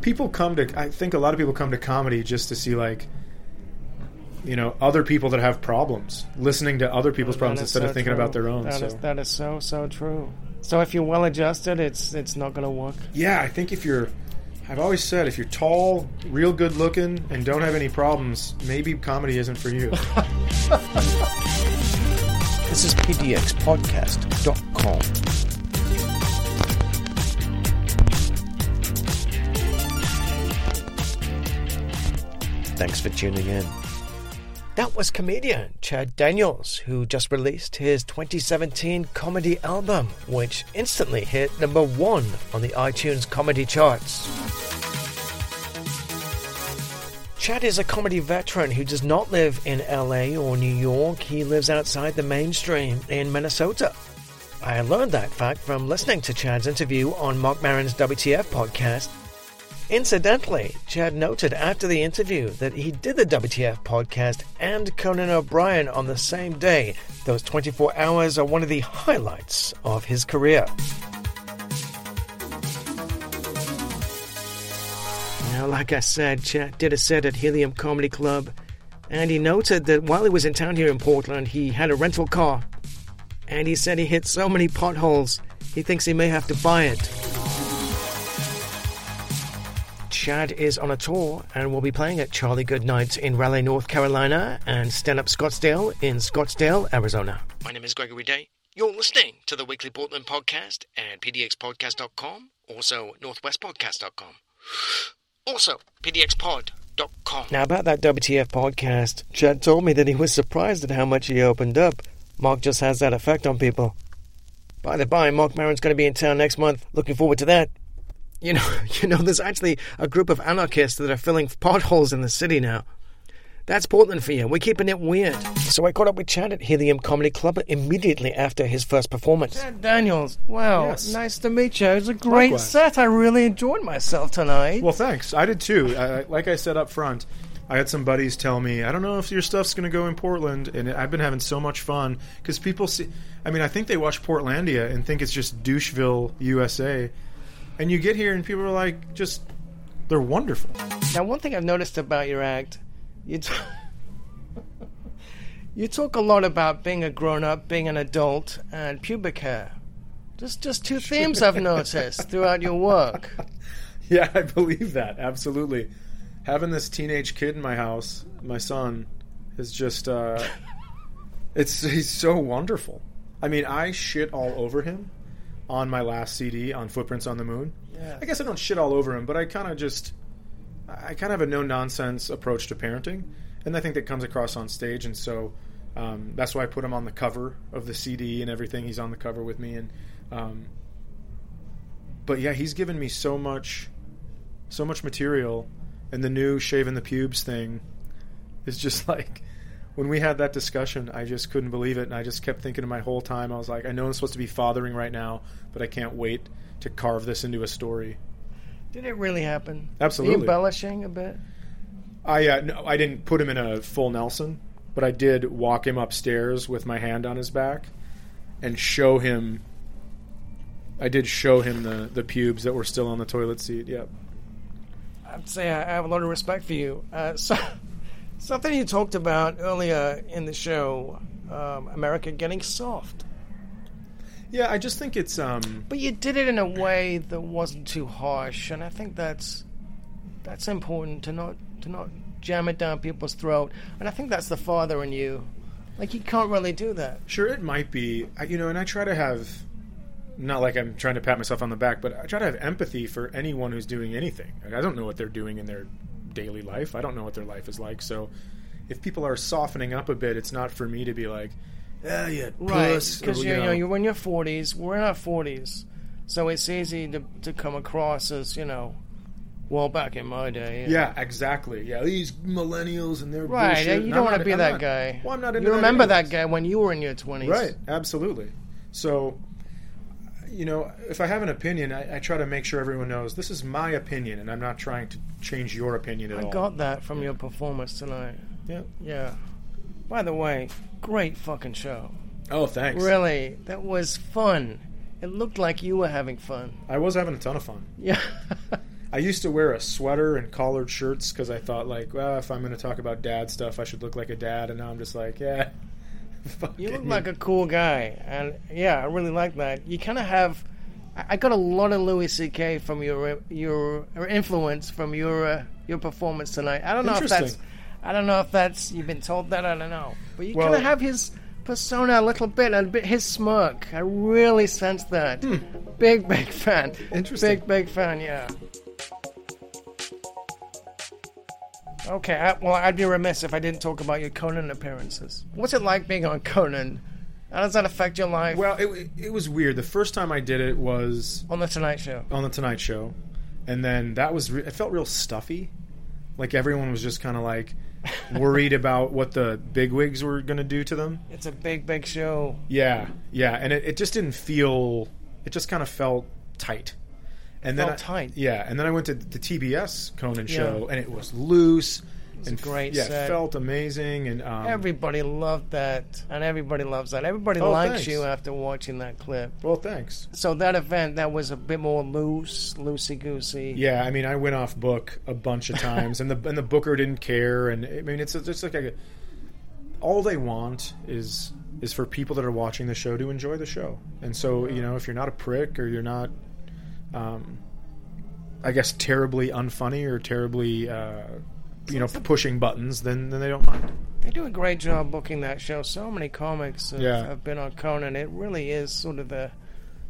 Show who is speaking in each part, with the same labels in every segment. Speaker 1: people come to. I think a lot of people come to comedy just to see like, you know, other people that have problems, listening to other people's problems
Speaker 2: That is
Speaker 1: instead
Speaker 2: so
Speaker 1: of thinking
Speaker 2: true.
Speaker 1: about their own.
Speaker 2: That
Speaker 1: so
Speaker 2: is- that is so so true. So if you're well adjusted, it's it's not going to work.
Speaker 1: yeah, I think if you're, I've always said if you're tall, real good looking, and don't have any problems, maybe comedy isn't for you.
Speaker 3: This is pdxpodcast.com. Thanks for tuning in. That was comedian Chad Daniels, who just released his 2017 comedy album, which instantly hit number one on the iTunes comedy charts. Chad is a comedy veteran who does not live in LA or New York. He lives outside the mainstream in Minnesota. I learned that fact from listening to Chad's interview on Mark Maron's WTF podcast. Incidentally, Chad noted after the interview that he did the WTF podcast and Conan O'Brien on the same day. Those 24 hours are one of the highlights of his career. Now, like I said, Chad did a set at Helium Comedy Club, and he noted that while he was in town here in Portland, he had a rental car. And he said he hit so many potholes, he thinks he may have to buy it. Chad is on a tour and will be playing at Charlie Goodnight in Raleigh, North Carolina, and Stand Up Scottsdale in Scottsdale, Arizona. My name is Gregory Day. You're listening to the Weekly Portland Podcast and pdxpodcast.com, also northwestpodcast.com also pdxpod.com. Now, about that WTF podcast, Chad told me that he was surprised at how much he opened up. Mark just has that effect on people. By the by, Mark Maron's going to be in town next month. Looking forward to that. You know, you know, there's actually a group of anarchists that are filling potholes in the city now. That's Portland for you. We're keeping it weird. So I caught up with Chad at Helium Comedy Club immediately after his first performance.
Speaker 2: Chad Daniels, wow,
Speaker 1: Yes.
Speaker 2: nice to meet you. It was a great
Speaker 1: Likewise.
Speaker 2: set. I really enjoyed myself tonight.
Speaker 1: Well, thanks. I did too. I, I- like I said up front, I had some buddies tell me, "I don't know if your stuff's going to go in Portland," and I've been having so much fun because people see. I mean, I think they watch Portlandia and think it's just Doucheville, USA, and you get here and people are like, just they're wonderful.
Speaker 2: Now, one thing I've noticed about your act, you t- you talk a lot about being a grown up, being an adult, and pubic hair. Just just two themes I've noticed throughout your work.
Speaker 1: Yeah, I believe that absolutely. Having this teenage kid in my house, my son, is just uh, it's he's so wonderful. I mean, I shit all over him on my last CD on Footprints on the Moon.
Speaker 2: Yeah.
Speaker 1: I guess I don't shit all over him, but I kind of just I kind of have a no nonsense approach to parenting, and I think that comes across on stage, and so um, that's why I put him on the cover of the CD and everything. He's on the cover with me, and um, but yeah, he's given me so much, so much material, and the new shaving the pubes thing is just like when we had that discussion, I just couldn't believe it, and I just kept thinking my whole time. I was like, I know I'm supposed to be fathering right now, but I can't wait to carve this into a story.
Speaker 2: Did it really happen? Are you
Speaker 1: Absolutely.
Speaker 2: embellishing a bit?
Speaker 1: I uh, no, I didn't put him in a full Nelson, but I did walk him upstairs with my hand on his back and show him. I did show him the the pubes that were still on the toilet seat. Yep.
Speaker 2: I'd say I I have a lot of respect for you. Uh, so, something you talked about earlier in the show, um, America getting soft.
Speaker 1: Yeah, I just think it's um
Speaker 2: But you did it in a way that wasn't too harsh, and I think that's that's important to not to not jam it down people's throat. And I think that's the father in you. Like you can't really do that.
Speaker 1: sure it might be I, you know, and I try to have not like I'm trying to pat myself on the back, but I try to have empathy for anyone who's doing anything. Like, I don't know what they're doing in their daily life. I don't know what their life is like. So if people are softening up a bit, it's not for me to be like, ah, yeah, puss," or,
Speaker 2: Because you, you know
Speaker 1: know.
Speaker 2: you're in your forties. We're in our forties, so it's easy to to come across as you know. Well, back in my day,
Speaker 1: Yeah, exactly. Yeah, these millennials and their
Speaker 2: Right,
Speaker 1: bullshit.
Speaker 2: you
Speaker 1: And
Speaker 2: don't
Speaker 1: I'm
Speaker 2: want to
Speaker 1: not-
Speaker 2: be
Speaker 1: I'm
Speaker 2: that
Speaker 1: not-
Speaker 2: guy.
Speaker 1: Well, I'm not. Into
Speaker 2: You remember
Speaker 1: anyways.
Speaker 2: that guy when you were in your twenties,
Speaker 1: Right, absolutely. So, you know, if I have an opinion, I, I try to make sure everyone knows this is my opinion, and I'm not trying to change your opinion at
Speaker 2: I
Speaker 1: all.
Speaker 2: got that from your performance tonight.
Speaker 1: Yeah.
Speaker 2: Yeah. By the way, great fucking show.
Speaker 1: Oh, thanks.
Speaker 2: Really, that was fun. It looked like you were having fun.
Speaker 1: I was having a ton of fun.
Speaker 2: Yeah.
Speaker 1: I used to wear a sweater and collared shirts because I thought like, well, if I'm going to talk about dad stuff, I should look like a dad. And now I'm just like, yeah, fuck
Speaker 2: You
Speaker 1: it.
Speaker 2: look like a cool guy, and yeah, I really like that. You kind of have. I I got a lot of Louis C.K. from your your or influence from your uh, your performance tonight. I don't know if that's.
Speaker 1: Interesting.
Speaker 2: I don't know if that's you've been told that. I don't know, but you
Speaker 1: Well-
Speaker 2: kind of have his persona a little bit, and a bit his smirk. I really sense that. Big big fan.
Speaker 1: Hmm. Interesting.
Speaker 2: Big big fan. Yeah. Okay, I, well, I'd be remiss if I didn't talk about your Conan appearances. What's it like being on Conan? How does that affect your life
Speaker 1: well, it, it was weird. The first time I did it was
Speaker 2: on The Tonight Show?
Speaker 1: on the Tonight Show, and then that was re- it felt real stuffy. Like everyone was just kind of like worried about what the bigwigs were going to do to them.
Speaker 2: It's a big, big show.
Speaker 1: Yeah, yeah, and it, it just didn't feel. It just kind of felt tight. And then I-
Speaker 2: Felt tight.
Speaker 1: Yeah, and then I went to the TBS Conan
Speaker 2: Yeah.
Speaker 1: show, and it was loose
Speaker 2: a
Speaker 1: and f-
Speaker 2: great
Speaker 1: Yeah,
Speaker 2: set.
Speaker 1: felt amazing, and um,
Speaker 2: Everybody loved that, and everybody loves that. Everybody
Speaker 1: Oh,
Speaker 2: likes
Speaker 1: thanks.
Speaker 2: you after watching that clip.
Speaker 1: well, thanks.
Speaker 2: So that event, that was a bit more loose, loosey goosey.
Speaker 1: Yeah, I mean, I went off book a bunch of times, and the and the booker didn't care, and I mean, it's it's like a, all they want is is for people that are watching the show to enjoy the show, and so you know, if you're not a prick or you're not, um, I guess terribly unfunny or terribly, uh, you know, pushing buttons, then then they don't mind.
Speaker 2: They do a great job booking that show. So many comics have,
Speaker 1: Yeah.
Speaker 2: have been on Conan. It really is sort of the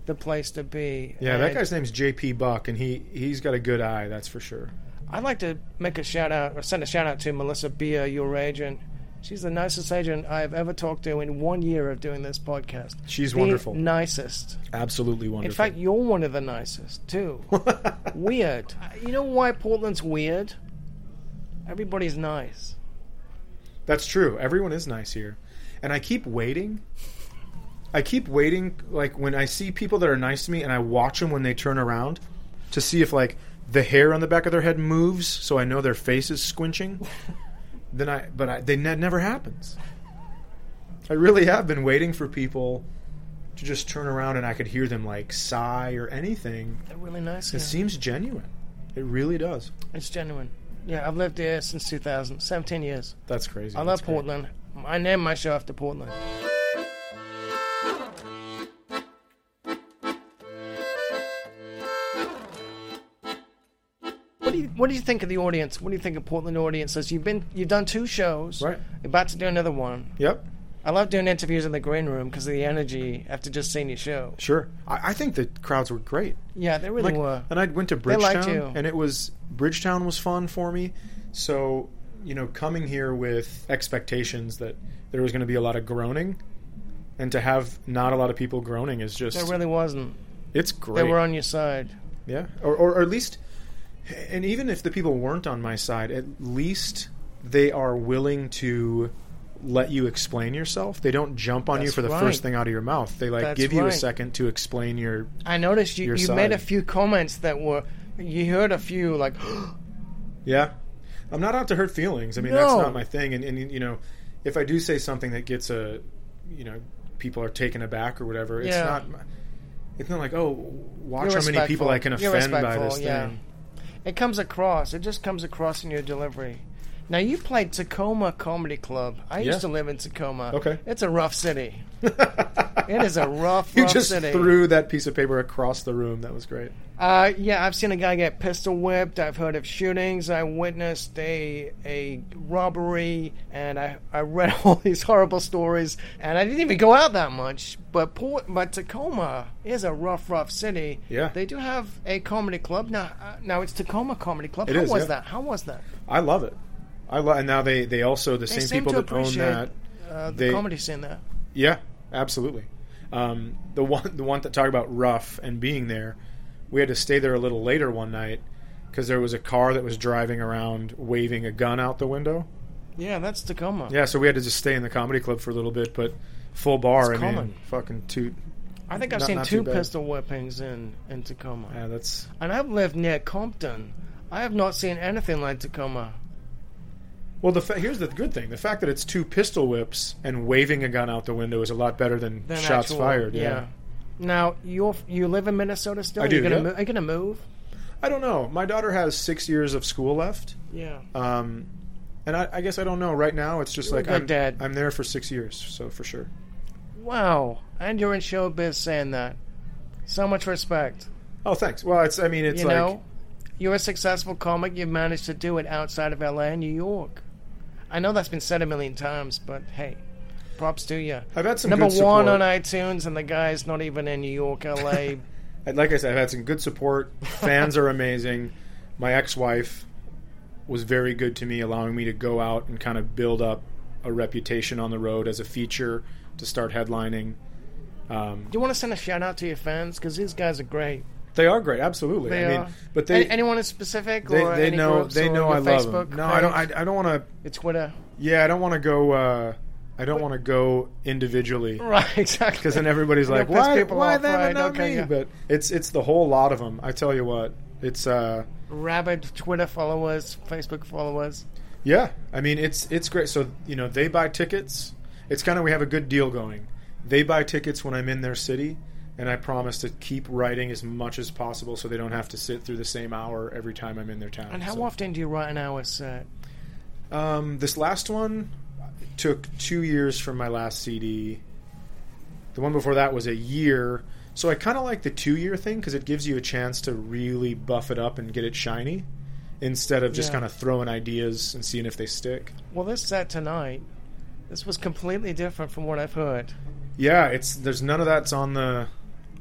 Speaker 2: the place to be.
Speaker 1: Yeah, that
Speaker 2: And-
Speaker 1: guy's name's J.P. Buck, and he he's got a good eye, that's for sure.
Speaker 2: I'd like to make a shout out or send a shout out to Melissa Beer, your agent. She's the nicest agent I've ever talked to in one year of doing this podcast.
Speaker 1: She's
Speaker 2: The
Speaker 1: wonderful,
Speaker 2: Nicest.
Speaker 1: absolutely
Speaker 2: In
Speaker 1: wonderful.
Speaker 2: fact, you're one of the nicest too. weird. You know why Portland's weird? Everybody's nice.
Speaker 1: That's true. Everyone is nice here. And I keep waiting. I keep waiting like when I see people that are nice to me and I watch them when they turn around to see if like the hair on the back of their head moves so I know their face is squinching. then I but I they ne- never happens. I really have been waiting for people to just turn around and I could hear them like sigh or anything.
Speaker 2: They're really nice.
Speaker 1: It
Speaker 2: here.
Speaker 1: seems genuine. It really does.
Speaker 2: It's genuine. Yeah, I've lived here since 2000, 17 years.
Speaker 1: That's crazy.
Speaker 2: I
Speaker 1: That's
Speaker 2: love
Speaker 1: great.
Speaker 2: Portland. I named my show after Portland. What do you What do you think of the audience? What do you think of Portland audience? As you've been, you've done two shows.
Speaker 1: Right.
Speaker 2: You're about to do another one.
Speaker 1: Yep.
Speaker 2: I love doing interviews in the green room because of the energy after just seeing your show.
Speaker 1: Sure. I, I think the crowds were great.
Speaker 2: Yeah, they really
Speaker 1: Like,
Speaker 2: were.
Speaker 1: And I went to
Speaker 2: liked
Speaker 1: Bridgetown,
Speaker 2: you.
Speaker 1: and it was Bridgetown was fun for me. So you know, coming here with expectations that there was going to be a lot of groaning, and to have not a lot of people groaning is just
Speaker 2: There really wasn't.
Speaker 1: it's great.
Speaker 2: They were on your side.
Speaker 1: yeah, or, or or at least, and even if the people weren't on my side, at least they are willing to let you explain yourself. They don't jump on you
Speaker 2: That's
Speaker 1: for the
Speaker 2: right.
Speaker 1: first thing out of your mouth. They like
Speaker 2: That's
Speaker 1: give you a
Speaker 2: right.
Speaker 1: second to explain your
Speaker 2: I noticed you,
Speaker 1: Your
Speaker 2: you
Speaker 1: side.
Speaker 2: made a few comments that were. You heard a few like,
Speaker 1: Yeah. I'm not out to hurt feelings. I mean, that's
Speaker 2: No.
Speaker 1: not my thing. And, and, you know, if I do say something that gets a, you know, people are taken aback or whatever, it's
Speaker 2: Yeah.
Speaker 1: not, it's not like, oh, watch
Speaker 2: You're
Speaker 1: how many people
Speaker 2: respectful.
Speaker 1: I can
Speaker 2: You're
Speaker 1: offend by
Speaker 2: respectful,
Speaker 1: this
Speaker 2: yeah.
Speaker 1: thing.
Speaker 2: It comes across. It just comes across in your delivery. Now you played Tacoma Comedy Club. I
Speaker 1: Yeah.
Speaker 2: used to live in Tacoma.
Speaker 1: Okay.
Speaker 2: it's a rough city. It is a rough,
Speaker 1: You
Speaker 2: rough
Speaker 1: just
Speaker 2: city.
Speaker 1: threw that piece of paper across the room. That was great.
Speaker 2: Uh, yeah, I've seen a guy get pistol whipped. I've heard of shootings. I witnessed a a robbery, and I, I read all these horrible stories. And I didn't even go out that much. But Port, but Tacoma is a rough, rough city.
Speaker 1: Yeah.
Speaker 2: they do have a comedy club now. Uh, now it's Tacoma Comedy Club.
Speaker 1: It
Speaker 2: How
Speaker 1: is,
Speaker 2: was
Speaker 1: yeah.
Speaker 2: that? How was that?
Speaker 1: I love it. I love, and now they, they also, the
Speaker 2: They
Speaker 1: same
Speaker 2: seem
Speaker 1: people
Speaker 2: to
Speaker 1: that own
Speaker 2: appreciate
Speaker 1: that.
Speaker 2: uh, the
Speaker 1: they-
Speaker 2: comedy scene there.
Speaker 1: Yeah, absolutely. Um, the one, the one that talked about rough and being there, we had to stay there a little later one night because there was a car that was driving around waving a gun out the window.
Speaker 2: Yeah, that's Tacoma.
Speaker 1: Yeah, so we had to just stay in the comedy club for a little bit, but full bar.
Speaker 2: It's
Speaker 1: I mean,
Speaker 2: common.
Speaker 1: fucking toot.
Speaker 2: I think I've
Speaker 1: Not-
Speaker 2: seen
Speaker 1: not
Speaker 2: two
Speaker 1: too bad.
Speaker 2: pistol whippings in in Tacoma.
Speaker 1: Yeah, that's
Speaker 2: And I've lived near Compton. I have not seen anything like Tacoma.
Speaker 1: well. The fa- here's the good thing: the fact that it's two pistol whips and waving a gun out the window is a lot better than,
Speaker 2: than
Speaker 1: shots
Speaker 2: actual-
Speaker 1: fired. Yeah.
Speaker 2: Now you you live in Minnesota still.
Speaker 1: I do,
Speaker 2: You're gonna
Speaker 1: yeah.
Speaker 2: mo- are you gonna move?
Speaker 1: I don't know. My daughter has six years of school left,
Speaker 2: Yeah.
Speaker 1: um, and I, I guess I don't know. Right now, it's just
Speaker 2: You're a
Speaker 1: like
Speaker 2: good
Speaker 1: I'm,
Speaker 2: dad.
Speaker 1: I'm there for six years, so for sure.
Speaker 2: Wow. And you're in showbiz saying that. So much respect.
Speaker 1: Oh, thanks. Well, it's. I mean, it's
Speaker 2: you
Speaker 1: like
Speaker 2: know, you're a successful comic. You've managed to do it outside of LA and New York. I know that's been said a million times, but hey, props to you.
Speaker 1: I've had some
Speaker 2: Number
Speaker 1: good
Speaker 2: one on
Speaker 1: support.
Speaker 2: iTunes, and the guy's not even in New York, LA.
Speaker 1: And like I said, I've had some good support. Fans are amazing. My ex-wife was very good to me, allowing me to go out and kind of build up a reputation on the road as a feature to start headlining. Um,
Speaker 2: Do you want to send a shout out to your fans? Because these guys are great.
Speaker 1: they are great, absolutely.
Speaker 2: They
Speaker 1: I mean,
Speaker 2: are.
Speaker 1: but they
Speaker 2: A- anyone in specific?
Speaker 1: they,
Speaker 2: or
Speaker 1: they
Speaker 2: any
Speaker 1: know
Speaker 2: groups
Speaker 1: they
Speaker 2: or
Speaker 1: know
Speaker 2: your
Speaker 1: I love
Speaker 2: Facebook
Speaker 1: them. No, I don't. I,
Speaker 2: page?
Speaker 1: I don't want to.
Speaker 2: Your Twitter.
Speaker 1: Yeah, I don't want to go. Uh, I don't want to go individually.
Speaker 2: Right, exactly.
Speaker 1: because then everybody's
Speaker 2: You're
Speaker 1: like,
Speaker 2: gonna Oh, piss
Speaker 1: "Why?
Speaker 2: people
Speaker 1: Why
Speaker 2: off,
Speaker 1: them
Speaker 2: right,
Speaker 1: and not
Speaker 2: okay,
Speaker 1: me?"
Speaker 2: yeah.
Speaker 1: But it's it's the whole lot of them. I tell you what, it's uh,
Speaker 2: rabid Twitter followers, Facebook followers.
Speaker 1: yeah. I mean, it's it's great. So you know, they buy tickets. It's kind of we have a good deal going. They buy tickets when I'm in their city, and I promise to keep writing as much as possible so they don't have to sit through the same hour every time I'm in their town.
Speaker 2: And how
Speaker 1: So,
Speaker 2: often do you write an hour set?
Speaker 1: Um, this last one took two years from my last CD. The one before that was a year. So I kind of like the two year thing because it gives you a chance to really buff it up and get it shiny instead of just
Speaker 2: Yeah.
Speaker 1: kind of throwing ideas and seeing if they stick.
Speaker 2: Well, this set tonight, this was completely different from what I've heard.
Speaker 1: Yeah, it's there's none of that's on the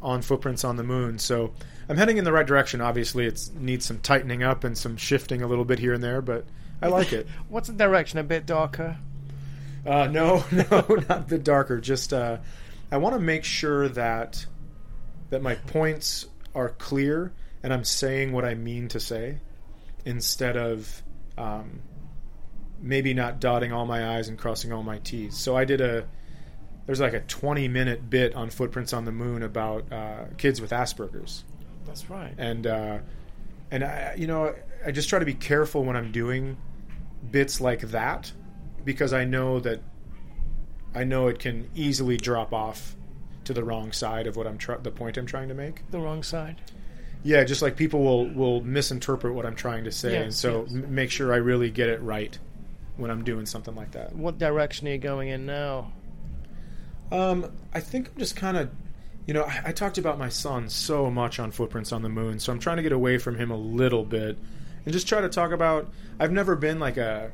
Speaker 1: on footprints on the moon. So I'm heading in the right direction. Obviously, it needs some tightening up and some shifting a little bit here and there, but I like it.
Speaker 2: What's the direction? A bit darker.
Speaker 1: Uh, no, no, not the darker. Just uh, I want to make sure that that my points are clear and I'm saying what I mean to say instead of um, maybe not dotting all my i's and crossing all my t's. So I did a there's like a 20 minute bit on Footprints on the Moon about uh, kids with Asperger's
Speaker 2: That's right.
Speaker 1: and uh, and I, you know, I just try to be careful when I'm doing bits like that because I know that I know it can easily drop off to the wrong side of what I'm tr- the point I'm trying to make.
Speaker 2: The wrong side.
Speaker 1: Yeah, just like people will will misinterpret what I'm trying to say, and
Speaker 2: Yes,
Speaker 1: so
Speaker 2: yes.
Speaker 1: m- make sure I really get it right when I'm doing something like that.
Speaker 2: What direction are you going in now?
Speaker 1: Um, I think I'm just kind of, you know, I, I talked about my son so much on Footprints on the Moon, so I'm trying to get away from him a little bit and just try to talk about. I've never been like a,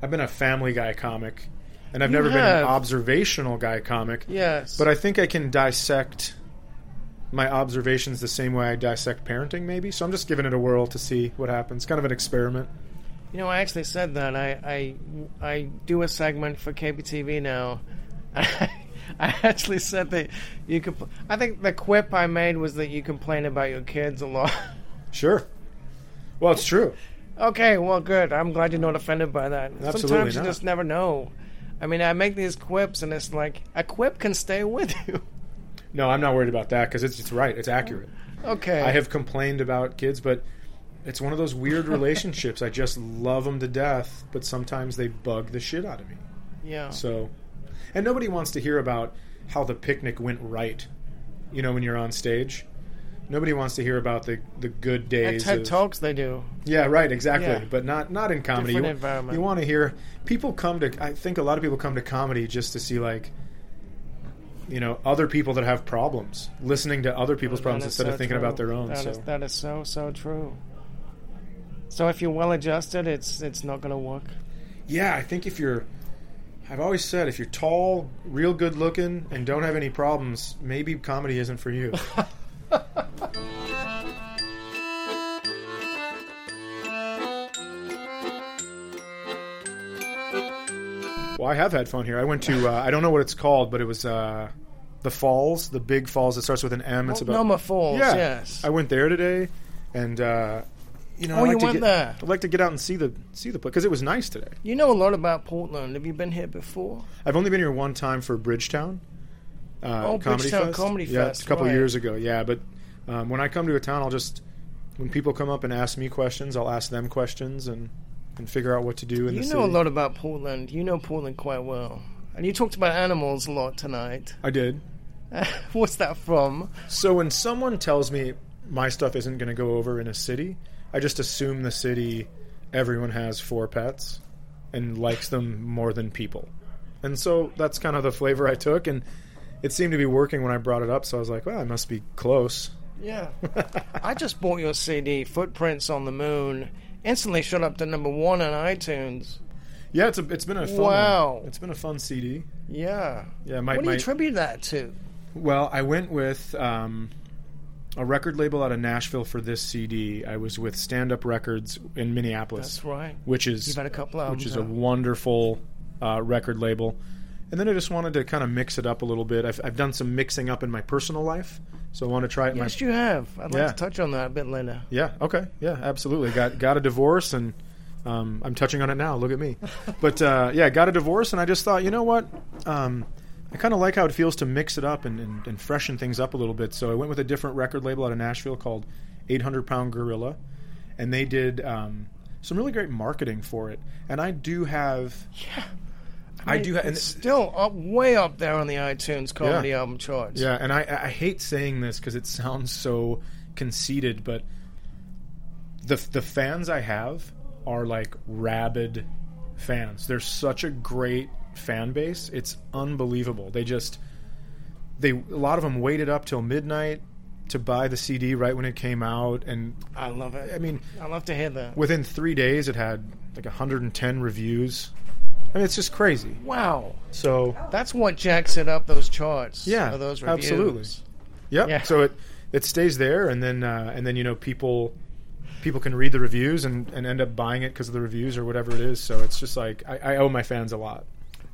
Speaker 1: I've been a Family Guy comic, and I've
Speaker 2: You
Speaker 1: never been
Speaker 2: have.
Speaker 1: an observational guy comic.
Speaker 2: Yes.
Speaker 1: But I think I can dissect my observations the same way I dissect parenting, maybe. So I'm just giving it a whirl to see what happens. Kind of an experiment.
Speaker 2: You know, I actually said that. I I, I do a segment for KPTV now. I, actually said that you could. I think the quip I made was that you complain about your kids a lot.
Speaker 1: Sure. Well, it's true.
Speaker 2: okay, well, good. I'm glad you're not offended by that.
Speaker 1: Absolutely
Speaker 2: Sometimes
Speaker 1: not.
Speaker 2: you just never know. I mean, I make these quips, and it's like a quip can stay with you.
Speaker 1: No, I'm not worried about that because it's, it's right. It's accurate.
Speaker 2: Okay.
Speaker 1: I have complained about kids, but it's one of those weird relationships. I just love them to death, but sometimes they bug the shit out of me.
Speaker 2: Yeah.
Speaker 1: So, and nobody wants to hear about how the picnic went right. You know, when you're on stage, nobody wants to hear about the the good
Speaker 2: At
Speaker 1: days.
Speaker 2: TED
Speaker 1: of-
Speaker 2: Talks, they do.
Speaker 1: yeah, right, exactly.
Speaker 2: Yeah.
Speaker 1: But not not in comedy.
Speaker 2: Different
Speaker 1: you,
Speaker 2: environment.
Speaker 1: You want to hear people come to. I think a lot of people come to comedy just to see like, you know, other people that have problems, listening to other people's problems
Speaker 2: That is
Speaker 1: instead
Speaker 2: so
Speaker 1: of thinking
Speaker 2: true.
Speaker 1: about their own.
Speaker 2: That
Speaker 1: so.
Speaker 2: is- that is so so true. So if you're well adjusted, it's it's not going to work.
Speaker 1: Yeah, I think if you're, I've always said if you're tall, real good looking, and don't have any problems, maybe comedy isn't for you. well, I have had fun here. I went to uh, I don't know what it's called, but it was uh, the Falls, the Big Falls. It starts with an M. It's about
Speaker 2: Noma Oh, Falls.
Speaker 1: yeah.
Speaker 2: Yes.
Speaker 1: I went there today, and uh, you know,
Speaker 2: Oh,
Speaker 1: I like
Speaker 2: you
Speaker 1: to
Speaker 2: went
Speaker 1: get,
Speaker 2: there.
Speaker 1: I'd like to get out and see the see the place because it was nice today.
Speaker 2: you know a lot about Portland. Have you been here before?
Speaker 1: I've only been here one time for Bridgetown. Uh,
Speaker 2: Oh,
Speaker 1: Comedy
Speaker 2: Bridgetown
Speaker 1: Fest.
Speaker 2: Comedy
Speaker 1: yeah,
Speaker 2: Fest,
Speaker 1: a couple
Speaker 2: right.
Speaker 1: years ago. Yeah, but um, when I come to a town, I'll just when people come up and ask me questions, I'll ask them questions and and figure out what to do. In
Speaker 2: you know
Speaker 1: the
Speaker 2: a
Speaker 1: city.
Speaker 2: lot about Portland. You know Portland quite well. And you talked about animals a lot tonight.
Speaker 1: I did.
Speaker 2: What's that from?
Speaker 1: So when someone tells me, my stuff isn't going to go over in a city. I just assume the city everyone has four pets and likes them more than people. And so that's kind of the flavor I took and it seemed to be working when I brought it up, so I was like, well, I must be close.
Speaker 2: Yeah. I just bought your CD, Footprints on the Moon. Instantly shot up to number one on iTunes.
Speaker 1: Yeah, it's a, it's been a fun
Speaker 2: Wow.
Speaker 1: It's been a fun CD.
Speaker 2: Yeah.
Speaker 1: Yeah, my,
Speaker 2: what do
Speaker 1: my
Speaker 2: you attribute that to?
Speaker 1: Well, I went with um, a record label out of Nashville for this CD. I was with Stand Up Records in Minneapolis,
Speaker 2: That's right.
Speaker 1: which is
Speaker 2: You've had a couple albums.
Speaker 1: which is a
Speaker 2: out.
Speaker 1: wonderful uh, record label. And then I just wanted to kind of mix it up a little bit. I've, I've done some mixing up in my personal life, so I want to try it. in
Speaker 2: yes,
Speaker 1: my,
Speaker 2: you have. I'd like
Speaker 1: Yeah.
Speaker 2: to touch on that a bit later.
Speaker 1: yeah, okay, yeah, absolutely. Got got a divorce, and um, I'm touching on it now. Look at me, but uh, yeah, got a divorce, and I just thought, you know what? Um, I kind of like how it feels to mix it up and, and, and freshen things up a little bit. So I went with a different record label out of Nashville called 800 Pound Gorilla, and they did um, some really great marketing for it. And I do have,
Speaker 2: Yeah.
Speaker 1: I, do, ha-
Speaker 2: It's
Speaker 1: and
Speaker 2: still up, way up there on the iTunes comedy
Speaker 1: Yeah.
Speaker 2: album charts.
Speaker 1: Yeah, and I, I hate saying this because it sounds so conceited, but the the fans I have are like rabid fans. They're such a great fan base. It's unbelievable. They just they a lot of them waited up till midnight to buy the CD right when it came out, and
Speaker 2: I love it.
Speaker 1: I mean
Speaker 2: I love to hear that.
Speaker 1: within three days it had like 110 reviews. I mean it's just crazy.
Speaker 2: Wow.
Speaker 1: So
Speaker 2: That's what jacks it up those charts.
Speaker 1: Yeah,
Speaker 2: or those reviews.
Speaker 1: absolutely. Yep.
Speaker 2: Yeah.
Speaker 1: So it it stays there, and then uh, and then you know people people can read the reviews and, and end up buying it because of the reviews or whatever it is. So it's just like I, I owe my fans a lot.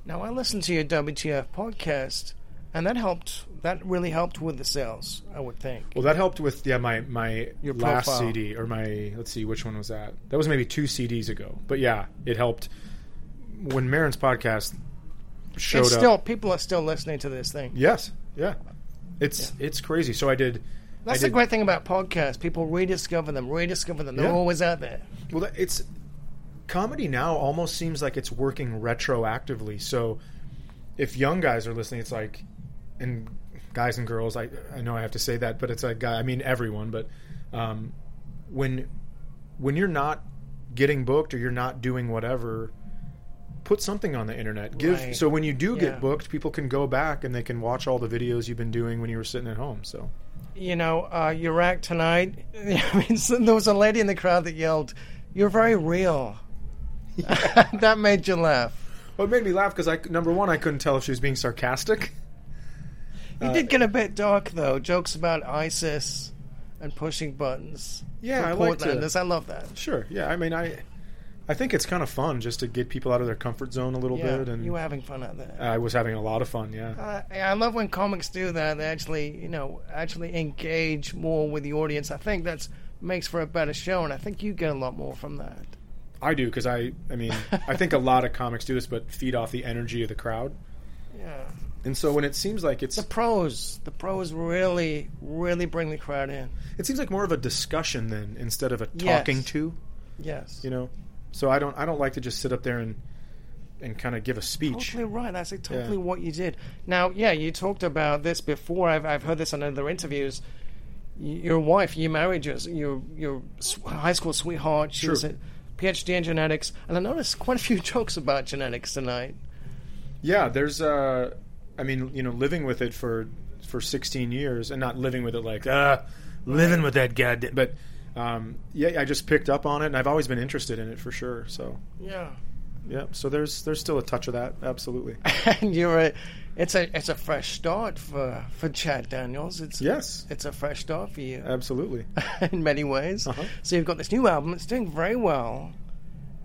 Speaker 2: Now I listened to your WTF podcast, and that helped. That really helped with the sales, I would think.
Speaker 1: Well, that helped with yeah my my
Speaker 2: Your
Speaker 1: last
Speaker 2: profile.
Speaker 1: CD or my let's see which one was that that was maybe two CDs ago. But yeah, it helped when Marin's podcast showed
Speaker 2: it's still
Speaker 1: up.
Speaker 2: people are still listening to this thing.
Speaker 1: Yes. Yeah. It's it's crazy. So I did.
Speaker 2: That's
Speaker 1: I
Speaker 2: the
Speaker 1: did-
Speaker 2: great thing about podcasts. People rediscover them, rediscover them. They're
Speaker 1: Yeah.
Speaker 2: always out there.
Speaker 1: Well, that- it's comedy now almost seems like it's working retroactively. So if young guys are listening, it's like, and guys and girls, I I know I have to say that, but it's like guy. I mean everyone, but um, when when you're not getting booked or you're not doing whatever. Put something on the internet. Give
Speaker 2: Right.
Speaker 1: so when you do
Speaker 2: Yeah.
Speaker 1: get booked, people can go back and they can watch all the videos you've been doing when you were sitting at home. So
Speaker 2: You know, uh, your act tonight. I mean, so there was a lady in the crowd that yelled, "You're very real." that made you laugh.
Speaker 1: well, Oh, it made me laugh because I number one I couldn't tell if she was being sarcastic.
Speaker 2: You
Speaker 1: Uh,
Speaker 2: did get a bit dark though. Jokes about ISIS and pushing buttons.
Speaker 1: Yeah,
Speaker 2: for
Speaker 1: I like to.
Speaker 2: Portlanders. I love that.
Speaker 1: Sure. Yeah. I mean, I I think it's kind of fun just to get people out of their comfort zone a little
Speaker 2: Yeah,
Speaker 1: bit, and
Speaker 2: you were having fun out there.
Speaker 1: I was having a lot of fun. Yeah.
Speaker 2: Uh, I love when comics do that. They actually, you know, actually engage more with the audience. I think that's makes for a better show, and I think you get a lot more from that.
Speaker 1: I do because I I mean I think a lot of comics do this, but feed off the energy of the crowd,
Speaker 2: Yeah.
Speaker 1: and so when it seems like it's
Speaker 2: The pros, the pros really, really bring the crowd in.
Speaker 1: it seems like more of a discussion then instead of a
Speaker 2: Yes.
Speaker 1: talking to,
Speaker 2: Yes.
Speaker 1: you know. So I don't I don't like to just sit up there and and kind of give a speech.
Speaker 2: Totally right. That's like totally what you did. Now, yeah, you talked about this before. I've, I've heard this on other interviews. Y- Your wife, you married your your your s- high school sweetheart. She
Speaker 1: True.
Speaker 2: was a PhD in genetics, and I noticed quite a few jokes about genetics tonight.
Speaker 1: Yeah, there's uh I mean, you know, living with it for for 16 years and not living with it like uh living with that goddamn but um yeah, I just picked up on it and I've always been interested in it for sure. So,
Speaker 2: Yeah.
Speaker 1: yeah, so there's there's still a touch of that, absolutely.
Speaker 2: and you're a, it's a it's a fresh start for for Chad Daniels. It's
Speaker 1: Yes.
Speaker 2: it's a fresh start for you
Speaker 1: Absolutely.
Speaker 2: in many ways.
Speaker 1: Uh-huh.
Speaker 2: So you've got this new album. It's doing very well,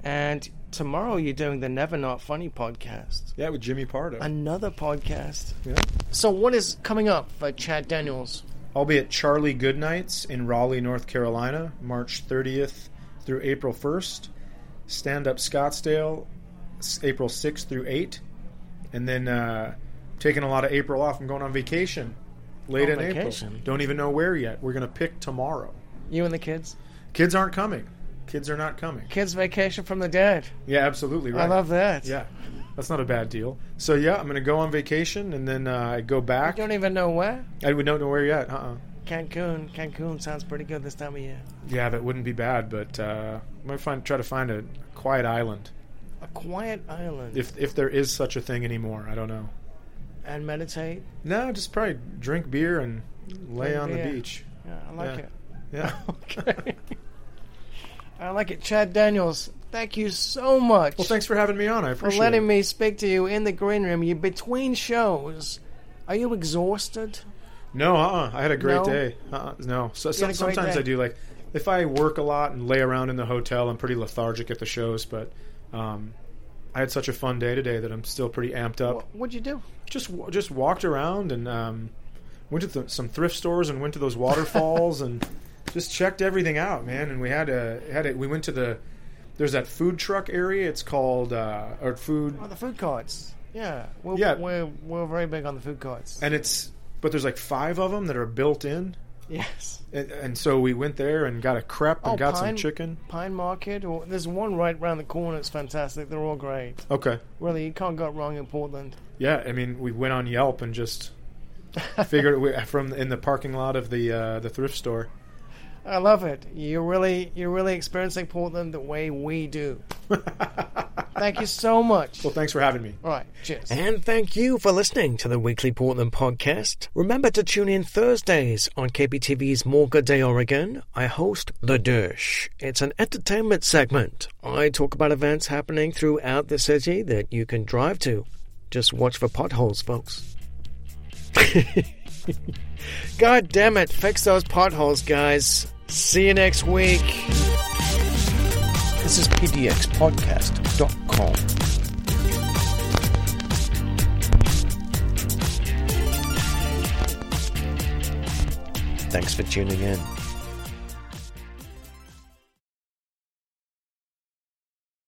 Speaker 2: and tomorrow you're doing the Never Not Funny podcast,
Speaker 1: Yeah, with Jimmy Pardo.
Speaker 2: another podcast.
Speaker 1: Yeah.
Speaker 2: So what is coming up for Chad Daniels?
Speaker 1: I'll be at Charlie Goodnight's in Raleigh, North Carolina, March 30th through April 1st. Stand Up Scottsdale, s- April 6th through 8th. And then uh, taking a lot of April off. I'm going on vacation late
Speaker 2: On
Speaker 1: in
Speaker 2: vacation.
Speaker 1: April. Don't even know where yet. We're going to pick tomorrow.
Speaker 2: You and the kids,
Speaker 1: Kids aren't coming. Kids are not coming.
Speaker 2: kids vacation from the dead.
Speaker 1: Yeah, absolutely right.
Speaker 2: I love that.
Speaker 1: Yeah, that's not a bad deal. So yeah, I'm going to go on vacation and then uh, I go
Speaker 2: You
Speaker 1: back.
Speaker 2: don't even know where.
Speaker 1: I would don't know where yet. Uh-uh.
Speaker 2: Cancun. Cancun sounds pretty good this time of year.
Speaker 1: Yeah, that wouldn't be bad, but uh, might find try to find a quiet island
Speaker 2: A quiet island
Speaker 1: if if there is such a thing anymore. I don't know.
Speaker 2: and meditate.
Speaker 1: No, just probably drink beer and lay
Speaker 2: Drink
Speaker 1: on the
Speaker 2: beer.
Speaker 1: beach.
Speaker 2: Yeah, I like
Speaker 1: Yeah.
Speaker 2: it.
Speaker 1: Yeah.
Speaker 2: Okay. I like it. Chad Daniels, thank you so much
Speaker 1: Well, thanks for having me on. I
Speaker 2: for
Speaker 1: appreciate
Speaker 2: letting
Speaker 1: it.
Speaker 2: me speak to you in the green room. You between shows. Are you exhausted?
Speaker 1: No, uh-uh. I had a great
Speaker 2: No?
Speaker 1: day. Uh-uh. No. So, so-
Speaker 2: had a great
Speaker 1: sometimes
Speaker 2: day.
Speaker 1: I do like if I work a lot and lay around in the hotel, I'm pretty lethargic at the shows, but um, I had such a fun day today that I'm still pretty amped up.
Speaker 2: What, what'd you do?
Speaker 1: Just wa- just walked around and um, went to th- some thrift stores and went to those waterfalls and just checked everything out, man. And we had a had it. We went to the there's that food truck area. It's called uh, or food
Speaker 2: Oh, the food courts. Yeah, we're,
Speaker 1: Yeah.
Speaker 2: we're we're very big on the food courts.
Speaker 1: and it's but there's like five of them that are built in.
Speaker 2: yes,
Speaker 1: And, and so we went there and got a crepe and
Speaker 2: Oh,
Speaker 1: got
Speaker 2: Pine-
Speaker 1: some chicken.
Speaker 2: Pine Market. Or there's one right round the corner. It's fantastic. They're all great.
Speaker 1: Okay.
Speaker 2: Really, you can't go wrong in Portland.
Speaker 1: Yeah, I mean, we went on Yelp and just figured we, from in the parking lot of the uh, the thrift store.
Speaker 2: I love it. You're really you're really experiencing Portland the way we do. Thank you so much.
Speaker 1: Well, thanks for having me.
Speaker 2: All right, cheers.
Speaker 3: And thank you for listening to the Weekly Portland podcast. Remember to tune in Thursdays on KBTV's More Good Day Oregon. I host The Dish. It's an entertainment segment. I talk about events happening throughout the city that you can drive to. Just watch for potholes, folks. God damn it, fix those potholes, guys. See you next week. This is pdxpodcast.com. Thanks for tuning in.